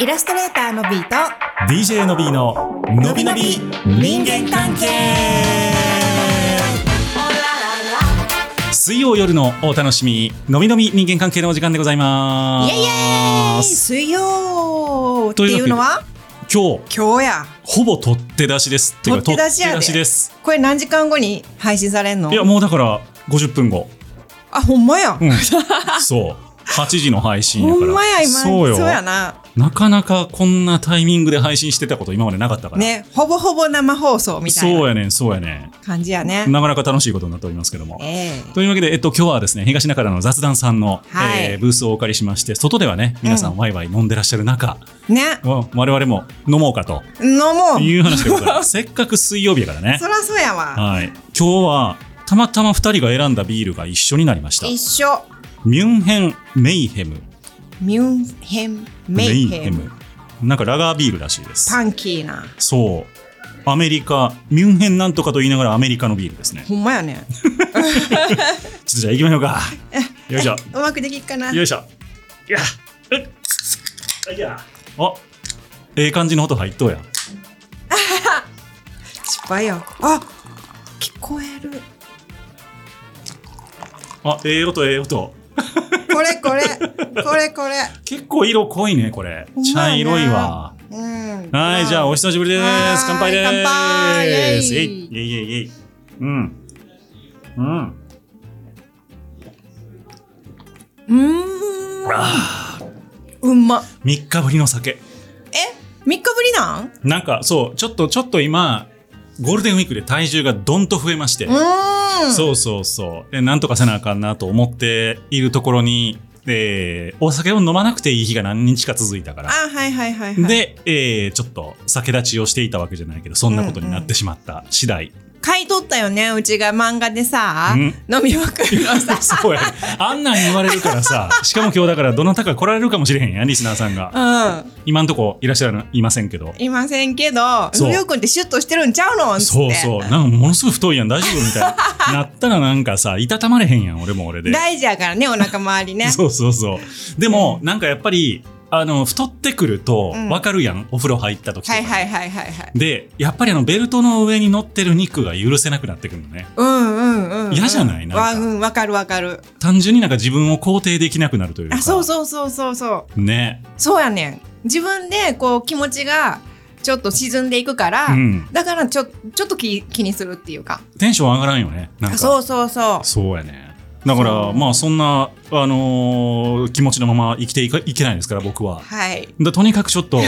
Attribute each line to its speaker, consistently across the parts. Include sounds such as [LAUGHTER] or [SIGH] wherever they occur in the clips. Speaker 1: イラストレーターのビーと
Speaker 2: DJ のびーののびのび人間関係水曜夜のお楽しみのびのび人間関係のお時間でございま
Speaker 1: イ
Speaker 2: す
Speaker 1: エイイエイ水曜っていうのは
Speaker 2: 今日
Speaker 1: 今日や
Speaker 2: ほぼ取って出しですっていうか
Speaker 1: 取って出しやで
Speaker 2: 取ってです
Speaker 1: これ何時間後に配信されんの
Speaker 2: いやもうだから50分後、
Speaker 1: あほんまや、
Speaker 2: うん
Speaker 1: [LAUGHS]
Speaker 2: そう8時の配信やか
Speaker 1: ほ
Speaker 2: ら
Speaker 1: んまや今
Speaker 2: そうよ
Speaker 1: やな
Speaker 2: なかなかこんなタイミングで配信してたこと今までなかったから、
Speaker 1: ねほぼほぼ生放送みたい
Speaker 2: そう
Speaker 1: な
Speaker 2: やねんそうやね
Speaker 1: 感じやね
Speaker 2: んなかなか楽しいことになっておりますけども
Speaker 1: ええ
Speaker 2: というわけで、えっと、今日はですね、東中田の雑談さんの、
Speaker 1: はい
Speaker 2: えーブースをお借りしまして、外ではね、皆さ
Speaker 1: うん
Speaker 2: ワイワイ飲んでらっしゃる中、
Speaker 1: ね
Speaker 2: わ我々も飲もうかと
Speaker 1: 飲もう
Speaker 2: いう話でございます。せっかく水曜日やから
Speaker 1: [LAUGHS]
Speaker 2: ね
Speaker 1: そ。らそうやわ
Speaker 2: はい。今日は、たまたま2人が選んだビールが一緒になりました
Speaker 1: 一。緒
Speaker 2: ミュンヘン・メイヘム。
Speaker 1: ミュンヘンメイヘン
Speaker 2: なんかラガービールらしいです。
Speaker 1: パンキーな
Speaker 2: そう。アメリカ、ミュンヘンなんとかと言いながらアメリカのビールですね。ちょ
Speaker 1: ほんまやね
Speaker 2: っとじゃあ行きましょうか。よいしょ。
Speaker 1: うまくできっかな
Speaker 2: よいしょ。いや、うっ、いや。あ、ええ感じの音入っとうやん。
Speaker 1: 失敗やあ聞こえる
Speaker 2: あ、ええ音、ええ音。
Speaker 1: これこれこれこれ
Speaker 2: 結構色濃いね、これ
Speaker 1: ほ。んまやな
Speaker 2: 茶色いわ。
Speaker 1: うん
Speaker 2: はい、じゃあお
Speaker 1: し
Speaker 2: 久しぶりで
Speaker 1: はーい
Speaker 2: す。乾杯で
Speaker 1: 乾杯イェイ
Speaker 2: す。えい、えい、えい、えい。うん。うん。
Speaker 1: うーんうんま
Speaker 2: 3日ぶりの酒。
Speaker 1: え三日ぶりなん
Speaker 2: なんか、そう、ちょっと、ちょっと今、ゴールデンウィークで体重がどんと増えまして。
Speaker 1: うーん
Speaker 2: そうそうそう。で、なんとかせなあかんなと思っているところに、えーお酒を飲まなくていい日が何日か続いたから。
Speaker 1: あはいはいはいはい
Speaker 2: で、えーちょっと酒立ちをしていたわけじゃないけど、そんなことになってしまった次第。
Speaker 1: 買い取ったよねうちが漫画でさ
Speaker 2: うん
Speaker 1: 飲みまく [LAUGHS] るのさ
Speaker 2: [LAUGHS] そうやね。あんなん言われるからさ、しかも今日だからどなたか来られるかもしれへんやん、リスナーさんが。
Speaker 1: うん
Speaker 2: 今んとこいらっしゃらいませんけど。
Speaker 1: いませんけど
Speaker 2: そう
Speaker 1: りょうくんってシュッとしてるんちゃうのつって
Speaker 2: そうそう。なんかものすごい太いやん、大丈夫みたいな。なったらなんかさ、いたたまれへんやん、俺も俺で。
Speaker 1: 大事やからねお腹周りね
Speaker 2: [LAUGHS] そうそうそう。でも、なんかやっぱり、あの、太ってくると
Speaker 1: うん、
Speaker 2: わかるやん、お風呂入った時とか。
Speaker 1: はいはいはいはいはい
Speaker 2: で、やっぱりあの、ベルトの上に乗ってる肉が許せなくなってくるのね。
Speaker 1: うんうんうんうん
Speaker 2: 嫌じゃないなんか
Speaker 1: わうんわかるわかる
Speaker 2: 単純になんか自分を肯定できなくなるというか。
Speaker 1: あそうそうそうそうそう
Speaker 2: ね。
Speaker 1: そうやねん自分でこう気持ちがちょっと沈んでいくから、
Speaker 2: うん。
Speaker 1: だからちょちょっと気気にするっていうか
Speaker 2: テンション上がらんよね。なんか。
Speaker 1: そうそうそう
Speaker 2: そうやね。だから、
Speaker 1: そう
Speaker 2: まあ、そんな、あのー気持ちのまま生きていかいけないですから、僕は。
Speaker 1: はい
Speaker 2: だとにかくちょっと、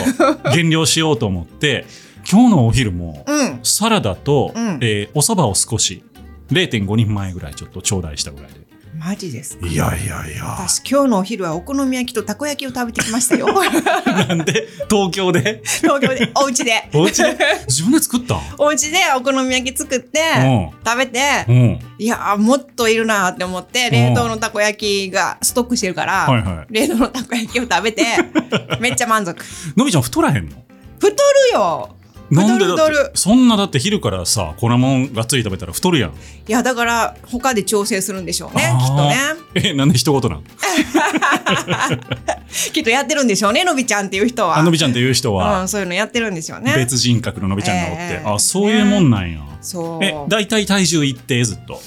Speaker 2: 減量しようと思って、今日のお昼も、
Speaker 1: うん
Speaker 2: サラダと、
Speaker 1: うん
Speaker 2: えーお蕎麦を少し0.5人前ぐらいちょっと頂戴したぐらいで
Speaker 1: マジです
Speaker 2: いやいやいや
Speaker 1: 私今日のお昼はお好み焼きとたこ焼きを食べてきま
Speaker 2: [LAUGHS]
Speaker 1: したよ
Speaker 2: なんで東京で
Speaker 1: 東京でお家で
Speaker 2: お
Speaker 1: [LAUGHS]
Speaker 2: 家で自分で作った
Speaker 1: お家でお好み焼き作って
Speaker 2: う
Speaker 1: 食べて
Speaker 2: んうん
Speaker 1: いやーもっといるなーって思って冷凍のたこ焼きがストックしてるから、
Speaker 2: はいは
Speaker 1: 冷凍のたこ焼きを食べ
Speaker 2: [LAUGHS]
Speaker 1: てめっちゃ満足
Speaker 2: いのみちゃん太らへんの
Speaker 1: 太るよ
Speaker 2: なんでだ
Speaker 1: 太る
Speaker 2: っ
Speaker 1: 太
Speaker 2: てそんなだって昼からさ粉もんがっつり食べたら太るやん
Speaker 1: いやだから他で調整するんでしょうね
Speaker 2: あー
Speaker 1: きっとね
Speaker 2: [LAUGHS] えなんで一言なん
Speaker 1: きっとやってるんでしょうねのびちゃんっていう人は
Speaker 2: あのびちゃんっていう人
Speaker 1: う
Speaker 2: は
Speaker 1: ん、そういうのやってるんでしょうね
Speaker 2: 別人格ののびちゃんがおって、
Speaker 1: ええ
Speaker 2: あそういうもんなんや、
Speaker 1: そう
Speaker 2: え大体体重一定ずっと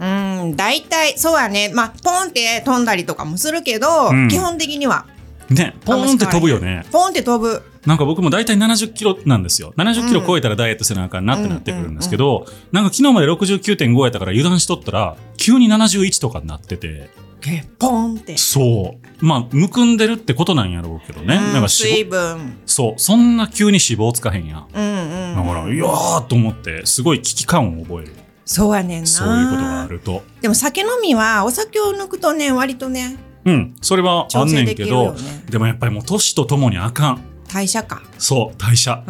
Speaker 1: うん大体そうやねまあポンって飛んだりとかもするけど、
Speaker 2: うん
Speaker 1: 基本的には
Speaker 2: ねポーンって飛ぶよね
Speaker 1: ポンって飛ぶ
Speaker 2: なんか僕も大体70キロなんですよ。70キロ超えたらダイエットせなあかんなってなってくるんですけど、なんか昨日まで69.5やったから油断しとったら、急に71とかになってて、
Speaker 1: えポンって、
Speaker 2: そう。まあ、むくんでるってことなんやろうけどね。
Speaker 1: うん
Speaker 2: なんか
Speaker 1: 水
Speaker 2: 脂肪、
Speaker 1: 分
Speaker 2: そう。そんな急に脂肪つかへんやん。
Speaker 1: うん
Speaker 2: だ
Speaker 1: う
Speaker 2: か
Speaker 1: ん
Speaker 2: ら、いやーと思って、すごい危機感を覚える。
Speaker 1: そうやねんな
Speaker 2: そういうことがあると。
Speaker 1: でも酒飲みはお酒を抜くとね割とね
Speaker 2: うん。それはあ
Speaker 1: 調
Speaker 2: んね
Speaker 1: 整
Speaker 2: ん
Speaker 1: でき
Speaker 2: け
Speaker 1: るよ
Speaker 2: ど、
Speaker 1: ね
Speaker 2: でもやっぱりもう年とともにあかん。
Speaker 1: 代謝か
Speaker 2: そう、代謝。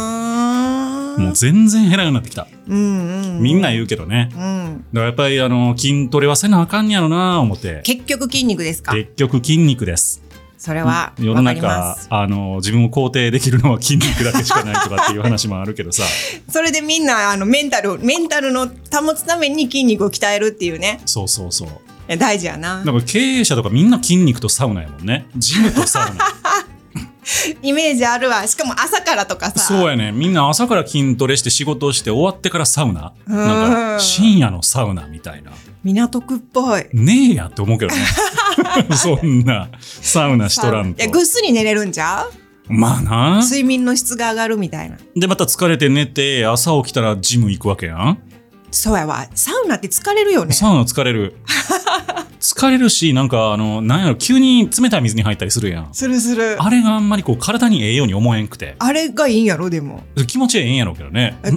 Speaker 1: あー
Speaker 2: もう全然減らんようになってきた。
Speaker 1: うんうん
Speaker 2: みんな言うけどね。
Speaker 1: うん
Speaker 2: だからやっぱりあの筋トレはせなあかんやろな思って
Speaker 1: 結局筋肉ですか
Speaker 2: 結局筋肉です
Speaker 1: それは
Speaker 2: 世の
Speaker 1: わかり
Speaker 2: 中
Speaker 1: ます
Speaker 2: あの自分を肯定できるのは筋肉だけしかないとかっていう話もあるけ
Speaker 1: [LAUGHS]
Speaker 2: どさ
Speaker 1: それでみんなあのメンタルメンタルの保つために筋肉を鍛えるっていうね
Speaker 2: そうそうそう
Speaker 1: いや大事やな [LAUGHS]
Speaker 2: だから経営者とかみんな筋肉とサウナやもんねジムとサウナ
Speaker 1: イメージあるわしかも朝からとかさ
Speaker 2: そうやねみんな朝から筋トレして仕事をして終わってからサウナ
Speaker 1: うん
Speaker 2: なんか深夜のサウナみたいな
Speaker 1: 港区っぽい
Speaker 2: ねえやって思うけ
Speaker 1: [LAUGHS]
Speaker 2: どね [LAUGHS] そんなサウナしとらん
Speaker 1: い
Speaker 2: と
Speaker 1: やぐっすり寝れるんじゃう
Speaker 2: まあな
Speaker 1: 睡眠の質が上がるみたいな
Speaker 2: でまた疲れて寝て朝起きたらジム行くわけやん
Speaker 1: そうやわサウナって疲れるよね
Speaker 2: サウナ疲れる疲れるしなんかあのなんやろ急に冷たい水に入ったりするやん
Speaker 1: するするあ
Speaker 2: あれがあんまりこう体にええように思えんくて
Speaker 1: れがいいんやろでも
Speaker 2: 気持ちはええんやろうけどね
Speaker 1: え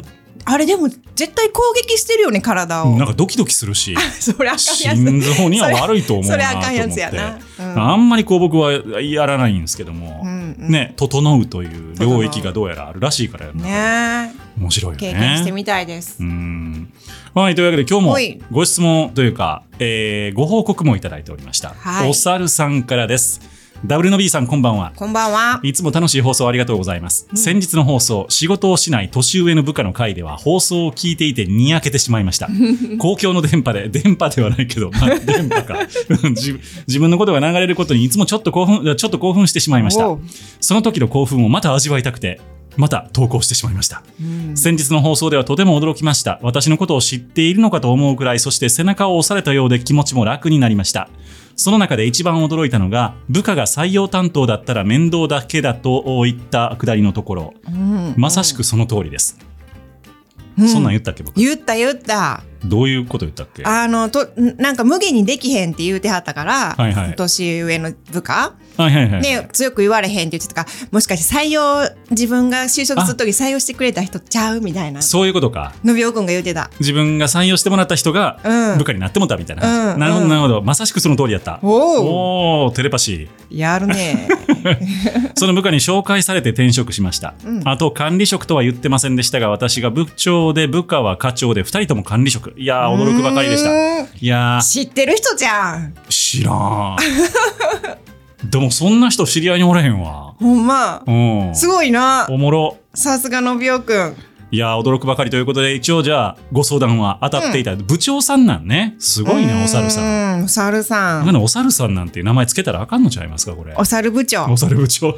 Speaker 1: あれでも絶対攻撃してるよね体を
Speaker 2: なんかドキドキするし
Speaker 1: [LAUGHS] それあかんやつ
Speaker 2: 心臓には悪いと思う
Speaker 1: それ
Speaker 2: な
Speaker 1: あ
Speaker 2: と
Speaker 1: かん
Speaker 2: 思
Speaker 1: や
Speaker 2: っ
Speaker 1: つやな
Speaker 2: て。
Speaker 1: うん
Speaker 2: あんまりこう僕はやらないんですけども、
Speaker 1: うんうん
Speaker 2: ね「整う」という領域がどうやらあるらしいからやるな
Speaker 1: ね
Speaker 2: 面白いよ
Speaker 1: え
Speaker 2: ね
Speaker 1: 経験してみたいです。
Speaker 2: うんはいというわけで今
Speaker 1: は
Speaker 2: 日
Speaker 1: い
Speaker 2: もご質問というか、えーご報告もいただいておりました、
Speaker 1: はい
Speaker 2: おさるさんからですダブルの B さんこんばんは
Speaker 1: こんばんは。
Speaker 2: いつも楽しい放送ありがとうございます。
Speaker 1: ん
Speaker 2: 先日の放送、仕事をしない年上の部下の会では放送を聞いていてにやけてしまい
Speaker 1: [LAUGHS]
Speaker 2: ました。公共の電波で、電波ではないけど、まあ、電波か [LAUGHS] 自。自分のことが流れることにいつもちょっと興奮、ちょっと興奮してしまいました
Speaker 1: おう。
Speaker 2: その時の興奮をまた味わいたくて、また投稿してしまいました。
Speaker 1: うん
Speaker 2: 先日の放送ではとても驚きました。私のことを知っているのかと思うくらい、そして背中を押されたようで気持ちも楽になりました。その中で一番驚いたのが、部下が採用担当だったら面倒だけだと言ったくだりのところ。
Speaker 1: うん
Speaker 2: まさしくその通りです。
Speaker 1: う
Speaker 2: そんなん言ったっけ僕。
Speaker 1: 言った言った。
Speaker 2: どういうこと言ったっけは
Speaker 1: あのとなんか無限にできへんって言うてはったから、
Speaker 2: はいはい
Speaker 1: 年上の部下、
Speaker 2: いはいはい。
Speaker 1: ね強く言われへんって言ってたからもしかして採用自分が就職する時採用してくれた人ちゃうみたいな
Speaker 2: そういうことか。
Speaker 1: のびおくんが言うてた。
Speaker 2: 自分が採用してもらった人が
Speaker 1: うん
Speaker 2: 部下になってもたみたいな話、
Speaker 1: うん
Speaker 2: なるほど
Speaker 1: うん
Speaker 2: なるほど。まさしくその通りやった。 [LAUGHS]
Speaker 1: おお
Speaker 2: おーテレパシー。
Speaker 1: やるね。
Speaker 2: その部下に紹介されて転職しました、
Speaker 1: うん
Speaker 2: あと管理職とは言ってませんでしたが私が部長で部下は課長で2人とも管理職いやー驚くばかりでした
Speaker 1: た。
Speaker 2: いや
Speaker 1: 知ってる人じゃん。
Speaker 2: ー知らんでもそんな人知り合いにおれへんわ
Speaker 1: ほんま。
Speaker 2: うん
Speaker 1: すごいな。
Speaker 2: おもろ
Speaker 1: さすがのびおくん。
Speaker 2: いやー驚くばかりということで一応じゃあご相談は当たっていた、部長さんなんねすごいねお猿さん
Speaker 1: ん。お猿さ
Speaker 2: なん
Speaker 1: ん。
Speaker 2: かねお猿さんなんていう名前つけたらあかんのちゃいますかこれ
Speaker 1: お猿部長
Speaker 2: お。猿部長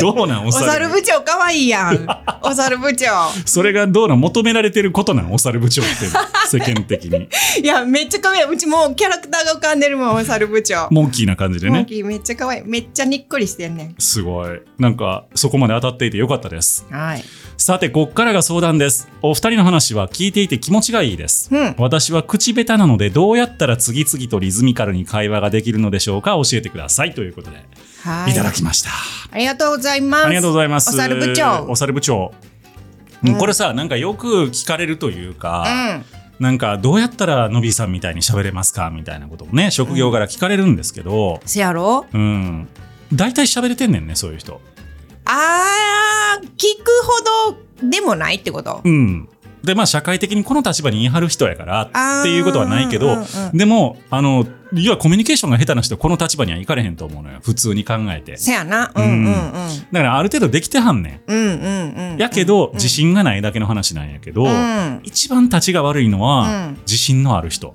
Speaker 2: どうなんお
Speaker 1: お
Speaker 2: 猿
Speaker 1: 猿部長かわいいや
Speaker 2: [LAUGHS]
Speaker 1: ん。お猿部長。
Speaker 2: それがどうなん求められてることなんお猿部長っていうの世間的
Speaker 1: [LAUGHS]
Speaker 2: に
Speaker 1: いや、めっちゃかわいい。うちもうキャラクターが浮かんでるもん、お猿部長。
Speaker 2: モンキーな感じで
Speaker 1: モン
Speaker 2: ね
Speaker 1: キーめっちゃかわいい。めっちゃにっこりしてんね
Speaker 2: すごいなんかそこまで当たっていてよかったです
Speaker 1: ん。はい。
Speaker 2: さてこっからが相談ですお二人の話は聞いていて気持ちがいいです、
Speaker 1: うん
Speaker 2: 私は口下手なのでどうやったら次々とリズミカルに会話ができるのでしょうか教えてくださいということで、、
Speaker 1: はいい。
Speaker 2: ただきました
Speaker 1: ありがとうございます。
Speaker 2: ありがとうございます
Speaker 1: お猿部長
Speaker 2: お。猿部長うんこれさなんかよく聞かれるというか、
Speaker 1: うん。
Speaker 2: なんかどうやったらのびさんみたいに喋れますかみたいなこともね職業から聞かれるんですけど、
Speaker 1: せやろ
Speaker 2: うん、大体喋れてんねんねそういう人。
Speaker 1: あー、聞くほどでもないってこと
Speaker 2: う。ん、でまあ社会的にこの立場に言い張る人やから
Speaker 1: あー
Speaker 2: っていうことはないけ
Speaker 1: う
Speaker 2: ど、
Speaker 1: んうん
Speaker 2: でもあの要はコミュニケーションが下手な人この立場には行かれへんと思うのよ普通に考えて。
Speaker 1: せやな。うんうんうん。
Speaker 2: だからある程度できてはんね。
Speaker 1: うんうんうんん。
Speaker 2: やけど、自信がないだけの話なんやけど、
Speaker 1: うん
Speaker 2: 一番立ちが悪いのは、
Speaker 1: うん
Speaker 2: 自信のある人。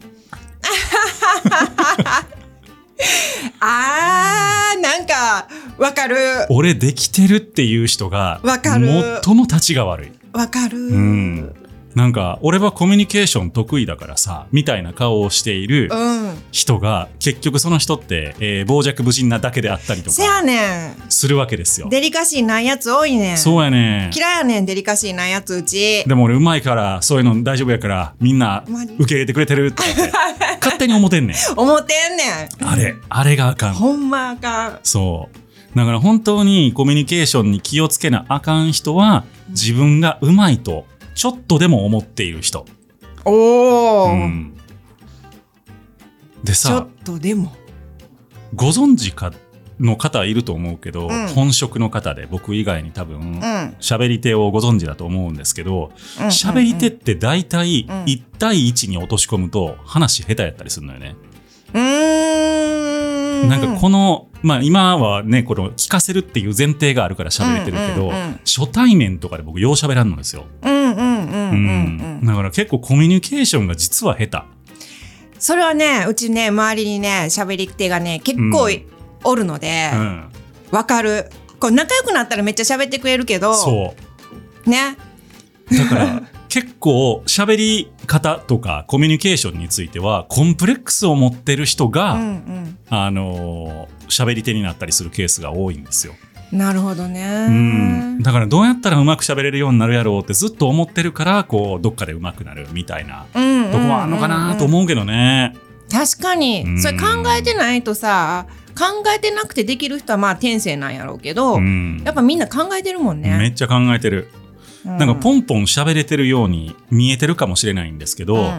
Speaker 1: あー、なんか、わかる。
Speaker 2: 俺できてるっていう人が
Speaker 1: わかる
Speaker 2: 最も立ちが悪い。
Speaker 1: わかる。
Speaker 2: う。ん、なんか俺はコミュニケーション得意だからさみたいな顔をしている
Speaker 1: うん。
Speaker 2: 人が結局その人って、えー傍若無人なだけであったりと
Speaker 1: せ
Speaker 2: か
Speaker 1: やねん。
Speaker 2: するわけですよ。
Speaker 1: デリカシーないやつ多いねん。
Speaker 2: そうやね
Speaker 1: 嫌いやねん、デリカシーないやつうち。
Speaker 2: でも俺うまいからそういうの大丈夫やからみんな
Speaker 1: ほんまに
Speaker 2: 受け入れてくれてるって言って勝手に思ってんねん。
Speaker 1: 思ってんね
Speaker 2: あれあれがあか
Speaker 1: ん。
Speaker 2: ん。
Speaker 1: ほんまあかん。
Speaker 2: そうだから本当にコミュニケーションに気をつけなあかん人は自分がうまいとちょっとでも思っている人。
Speaker 1: お
Speaker 2: う
Speaker 1: ー。
Speaker 2: ん、
Speaker 1: ちょ
Speaker 2: で
Speaker 1: っ
Speaker 2: さ
Speaker 1: とでも。
Speaker 2: ご存知かの方いると思うけど、
Speaker 1: うん
Speaker 2: 本職の方で僕以外に多分
Speaker 1: うん。
Speaker 2: 喋、り手をご存知だと思うんですけど喋、り手っ。て大体
Speaker 1: うん
Speaker 2: 1対1に落とし込むと話下手やったりするのよね。
Speaker 1: うーん。
Speaker 2: なんかこの、まあ、今はねこの聞かせるっていう前提があるから喋れてるけ
Speaker 1: う
Speaker 2: ど、
Speaker 1: んうんうん
Speaker 2: 初対面とかで僕よう喋らんのですよ、
Speaker 1: うんうんうんう
Speaker 2: うん
Speaker 1: んうん。
Speaker 2: だから結構コミュニケーションが実は下手。
Speaker 1: それはね、うちね、周りにね、喋り手がね、結構
Speaker 2: う
Speaker 1: いおるので
Speaker 2: う、ん、
Speaker 1: わかる。こう仲良くなったらめっちゃ喋ってくれるけど、
Speaker 2: そう
Speaker 1: ね。
Speaker 2: だから結構喋り方とかコミュニケーションについてはコンプレックスを持ってる人が、
Speaker 1: うん
Speaker 2: あのー喋り手になったりするケースが多いんですよ。
Speaker 1: うん。なるほどね。
Speaker 2: うん、だからどうやったらうまく喋れるようになるやろうってずっと思ってるからこうどっかでうまくなるみたいな
Speaker 1: うんうんうんうん
Speaker 2: とこはあんのかなと思うけどね。
Speaker 1: 確か
Speaker 2: う
Speaker 1: に
Speaker 2: ん
Speaker 1: それ考えてないとさ考えてなくてできる人はまあ天性なんやろうけど、
Speaker 2: うん
Speaker 1: やっぱみんな考えてるもんね。
Speaker 2: めっちゃ考えてる。なんかポンポン喋れてるように見えてるかもしれないんですけど、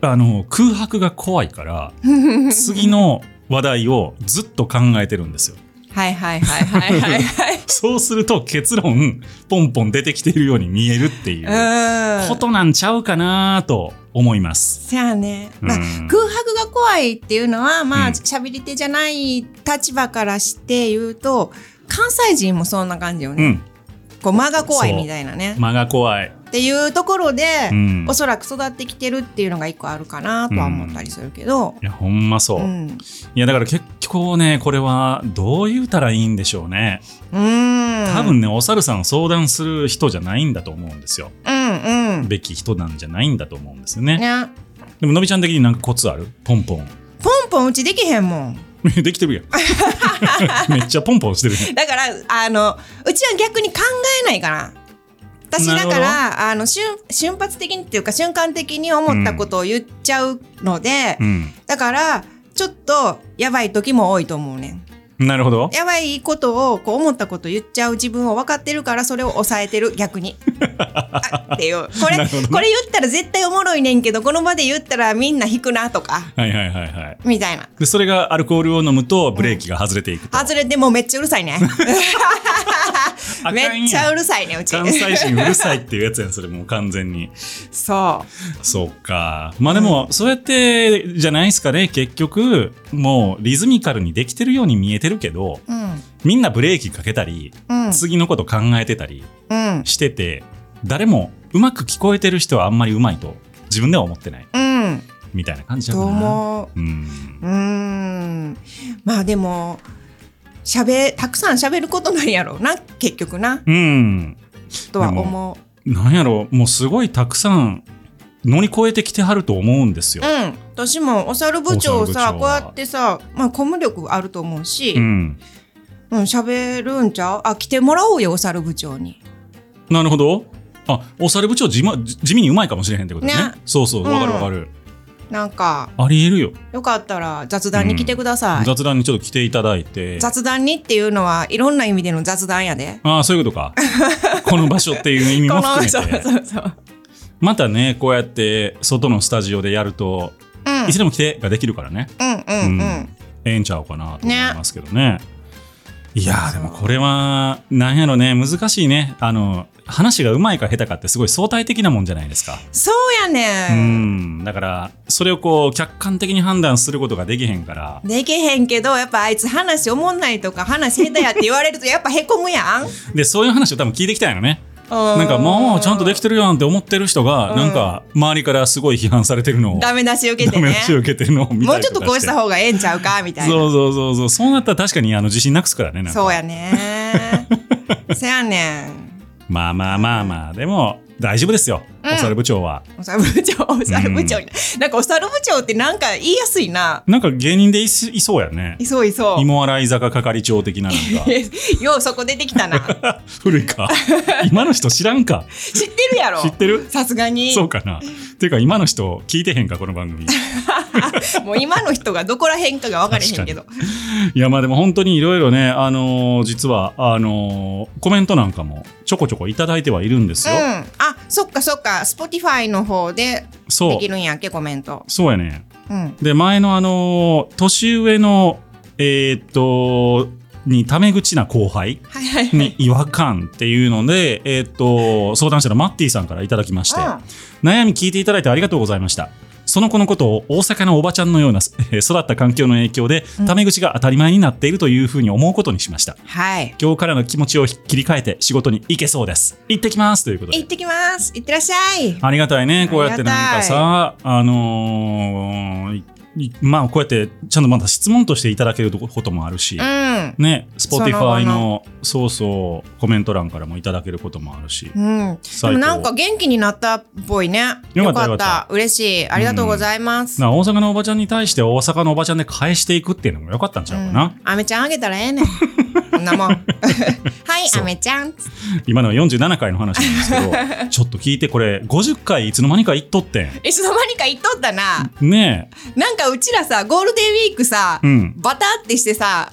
Speaker 2: あの空白が怖
Speaker 1: [LAUGHS]
Speaker 2: いから
Speaker 1: うん
Speaker 2: 次の話題をずっと考えてるんですよ。
Speaker 1: はいはいはいはいはいはい。
Speaker 2: そうすると結論ポンポン出てきているように見えるっていう
Speaker 1: う
Speaker 2: こ
Speaker 1: ん。
Speaker 2: となんちゃうかなと思います。
Speaker 1: そやね。まあ
Speaker 2: うん
Speaker 1: 空白が怖いっていうのはまあ
Speaker 2: うん
Speaker 1: 喋り手じゃない立場からして言うと関西人もそんな感じよ
Speaker 2: う
Speaker 1: ね。
Speaker 2: ん、
Speaker 1: こう間が怖いみたいなね。
Speaker 2: 間が怖い。
Speaker 1: っていうところで、
Speaker 2: うん
Speaker 1: おそらく育ってきてるっていうのが一個あるかなとは思ったりするけど。
Speaker 2: いやほんまそう、
Speaker 1: う
Speaker 2: い
Speaker 1: ん。
Speaker 2: やだから結構ねこれはどう言うたらいいんでしょうね
Speaker 1: うん。
Speaker 2: 多分ね、お猿さんを相談する人じゃないんだと思うんですよ
Speaker 1: うんうん。
Speaker 2: べき人なんじゃないんだと思うんですよね
Speaker 1: ね。
Speaker 2: でものびちゃん的になんかコツあるポンポン [LAUGHS]
Speaker 1: ポンポンうちできへんもん。
Speaker 2: でき
Speaker 1: [LAUGHS]
Speaker 2: てるやんめっちゃポンポンしてるやん
Speaker 1: だから、あの、うちは逆に考えないから。私
Speaker 2: なる
Speaker 1: だ
Speaker 2: ほど
Speaker 1: から、あの、瞬、瞬発的にっていうか瞬間的に思ったことを言っちゃうので、だから、ちょっと、やばい時も多いと思うねん。
Speaker 2: うんなるほど
Speaker 1: やばいことを、こう思ったこと言っちゃう自分を分かってるから、それを抑えてる、逆
Speaker 2: [LAUGHS]
Speaker 1: に。あっていう。これ、
Speaker 2: なるほどね
Speaker 1: これ言ったら絶対おもろいねんけど、この場で言ったらみんな引くなとか、
Speaker 2: はいはいはいはい
Speaker 1: みたいな。
Speaker 2: でそれがアルコールを飲むとブレーキが外れていくと、
Speaker 1: 外れてもうめっちゃうるさいね。
Speaker 2: [LAUGHS] あかんやん
Speaker 1: めっちゃうるさいね、うち。
Speaker 2: 関西人うるさいっていうやつやんそれもう完全に
Speaker 1: [LAUGHS] そう。
Speaker 2: そうか。まあでも、そうやってじゃないですかね。結局、もうリズミカルにできてるように見えてるけど、
Speaker 1: うん
Speaker 2: みんなブレーキかけたり、
Speaker 1: うん
Speaker 2: 次のこと考えてたり
Speaker 1: うん
Speaker 2: してて、誰もうまく聞こえてる人はあんまりうまいと自分では思ってない。
Speaker 1: うん
Speaker 2: みたいな感じだ
Speaker 1: と
Speaker 2: かな。
Speaker 1: 思う
Speaker 2: うん。
Speaker 1: うーんまあでもしゃべたくさんしゃべることなんやろうな結局な
Speaker 2: うん。
Speaker 1: とは思う
Speaker 2: なんやろう、もうすごいたくさん乗り越えてきてはると思うんですよ
Speaker 1: う。ん私もお猿部長を
Speaker 2: お猿
Speaker 1: さ
Speaker 2: 部長
Speaker 1: こうやってさまあコミュ力あると思うしう
Speaker 2: う
Speaker 1: ん
Speaker 2: ん。
Speaker 1: しゃべるんちゃうあ来てもらおうよお猿部長に
Speaker 2: なるほど。あ、お猿部長地,、ま、地味にうまいかもしれへんってことね。
Speaker 1: ね
Speaker 2: そうそう、わかるわかる。
Speaker 1: なんか
Speaker 2: ありえるよ。
Speaker 1: よかったら雑談に来てください、
Speaker 2: 雑談にちょっと来ていただいて。
Speaker 1: 雑談にっていうのはいろんな意味での雑談やで
Speaker 2: ああ、そういうことか。 [LAUGHS] この場所っていう意味も
Speaker 1: [LAUGHS]
Speaker 2: 含め
Speaker 1: そうそう
Speaker 2: て。
Speaker 1: そうそう
Speaker 2: またね、こうやって外のスタジオでやると、
Speaker 1: うん
Speaker 2: いつでも来てができるからね。
Speaker 1: うんうんうん
Speaker 2: ええんちゃうかなと思いますけどね。いやーでもこれは、なんやろね、難しいね。あの、話がうまいか下手かってすごい相対的なもんじゃないですか。
Speaker 1: そうやね
Speaker 2: うんん。だから、それをこう、客観的に判断することができへんから、
Speaker 1: できへんけどやっぱあいつ話おもんないとか話下手やって言われるとやっぱへこむやん。
Speaker 2: で、そういう話を多分聞いてきたんやろね。
Speaker 1: な
Speaker 2: [LAUGHS] なんかもうちゃんとできてるやんって思ってる人が、
Speaker 1: うん
Speaker 2: なんか周りからすごい批判されてるのを
Speaker 1: ダメ出し受けて
Speaker 2: ダメ
Speaker 1: ね
Speaker 2: 出しを受けてるのを見
Speaker 1: も
Speaker 2: た
Speaker 1: う
Speaker 2: り
Speaker 1: ちょっ
Speaker 2: と
Speaker 1: と
Speaker 2: か
Speaker 1: こうし
Speaker 2: し
Speaker 1: てた方がええんちゃうかみたいなそ
Speaker 2: そううそうそうそうそうなったら確かにあの自信なくすからねなんか
Speaker 1: やね
Speaker 2: [LAUGHS]
Speaker 1: せやねん
Speaker 2: まあまあまあまあでも大丈夫ですよ、
Speaker 1: うん
Speaker 2: お猿部長は
Speaker 1: お猿部長お猿部長に、なんかお猿部長ってなんか言いやすいな
Speaker 2: なんか芸人でいすいそうやね
Speaker 1: いそういそう
Speaker 2: 芋洗い坂係長的ななんか
Speaker 1: [LAUGHS] ようそこ出てきたな
Speaker 2: 古
Speaker 1: [LAUGHS]
Speaker 2: いか今の人知らんか
Speaker 1: 知ってるやろ
Speaker 2: 知ってる
Speaker 1: さすがに
Speaker 2: そうかなっていうか今の人聞いてへんかこ
Speaker 1: [LAUGHS]
Speaker 2: の番組
Speaker 1: もう今の人がどこらへんかが分からへんけど
Speaker 2: いやまあでも本当にいろいろねあのー実はあのーコメントなんかもちょこちょこいただいてはいるんです
Speaker 1: うん
Speaker 2: よ、
Speaker 1: あそっかそっか Spotify の方で
Speaker 2: そ
Speaker 1: で
Speaker 2: う
Speaker 1: きるんやっけコメント
Speaker 2: そうやね
Speaker 1: うん
Speaker 2: で前のあの年上のえーっとにタメ口な後輩
Speaker 1: はいはいはい
Speaker 2: に違和感っていうので、えーっと相談者のマッティさんからいただきまして、悩み聞いていただいてありがとうございましたその子のことを大阪のおばちゃんのような、 [LAUGHS] えー育った環境の影響でタメ口が当たり前になっているというふうに思うことにしました
Speaker 1: はい
Speaker 2: 今日からの気持ちを切り替えて仕事に行けそうです行ってきますということで
Speaker 1: 行ってきます行ってらっしゃい
Speaker 2: ありがたいね、こうやってなんかさ、あのーいまあこうやってちゃんとまだ質問としていただけることもあるし、
Speaker 1: うん。
Speaker 2: ね、Spotify
Speaker 1: その
Speaker 2: のそうそうコメント欄からもいただけることもあるし、
Speaker 1: うん、で
Speaker 2: 最高
Speaker 1: もなんか元気になったっぽいね。
Speaker 2: よ
Speaker 1: よ
Speaker 2: か
Speaker 1: か
Speaker 2: っ
Speaker 1: ったた
Speaker 2: よかった
Speaker 1: 嬉しい。ありがとうございます。
Speaker 2: な大阪のおばちゃんに対して大阪のおばちゃんで返していくっていうのもよかったんちゃうかな、
Speaker 1: うんアメちゃんあげたらええ
Speaker 2: [LAUGHS]
Speaker 1: ねん。そんなもん。はい、
Speaker 2: そう
Speaker 1: アメちゃん。
Speaker 2: 今のは47回の話な
Speaker 1: [LAUGHS]
Speaker 2: んですけどちょっと聞いてこれ50回いつの間にか言っとって
Speaker 1: いつの間にか言っとったな。
Speaker 2: んね
Speaker 1: なんかうちらさ、ゴールデンウィークさ、
Speaker 2: えうん
Speaker 1: バタってしてさ、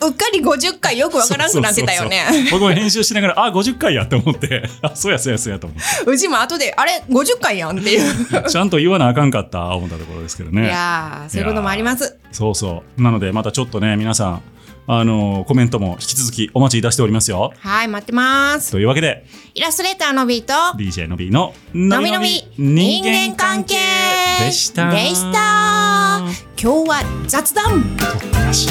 Speaker 1: うっかり50回よくわからんくなってたよ
Speaker 2: そうそう
Speaker 1: ね。
Speaker 2: そう僕も編集しながらあ50回やと思ってあそうやそうやそうやと思っ
Speaker 1: うちも後で、あれ ?50 回やんっていう。 [LAUGHS]
Speaker 2: てちゃんと言わなあかんかった思ったところですけど
Speaker 1: い
Speaker 2: ね
Speaker 1: やー、そういうこともあります。
Speaker 2: そうそうなのでまたちょっとね皆さんあのーコメントも引き続きお待ちいたしておりますよ
Speaker 1: はい、待ってます。
Speaker 2: というわけで
Speaker 1: イラストレーターのビート、
Speaker 2: DJ の B の「の
Speaker 1: のびのび
Speaker 2: 人
Speaker 1: 人
Speaker 2: 間
Speaker 1: 間関
Speaker 2: 関係
Speaker 1: 係」
Speaker 2: でした
Speaker 1: でした今日は雑談
Speaker 2: よし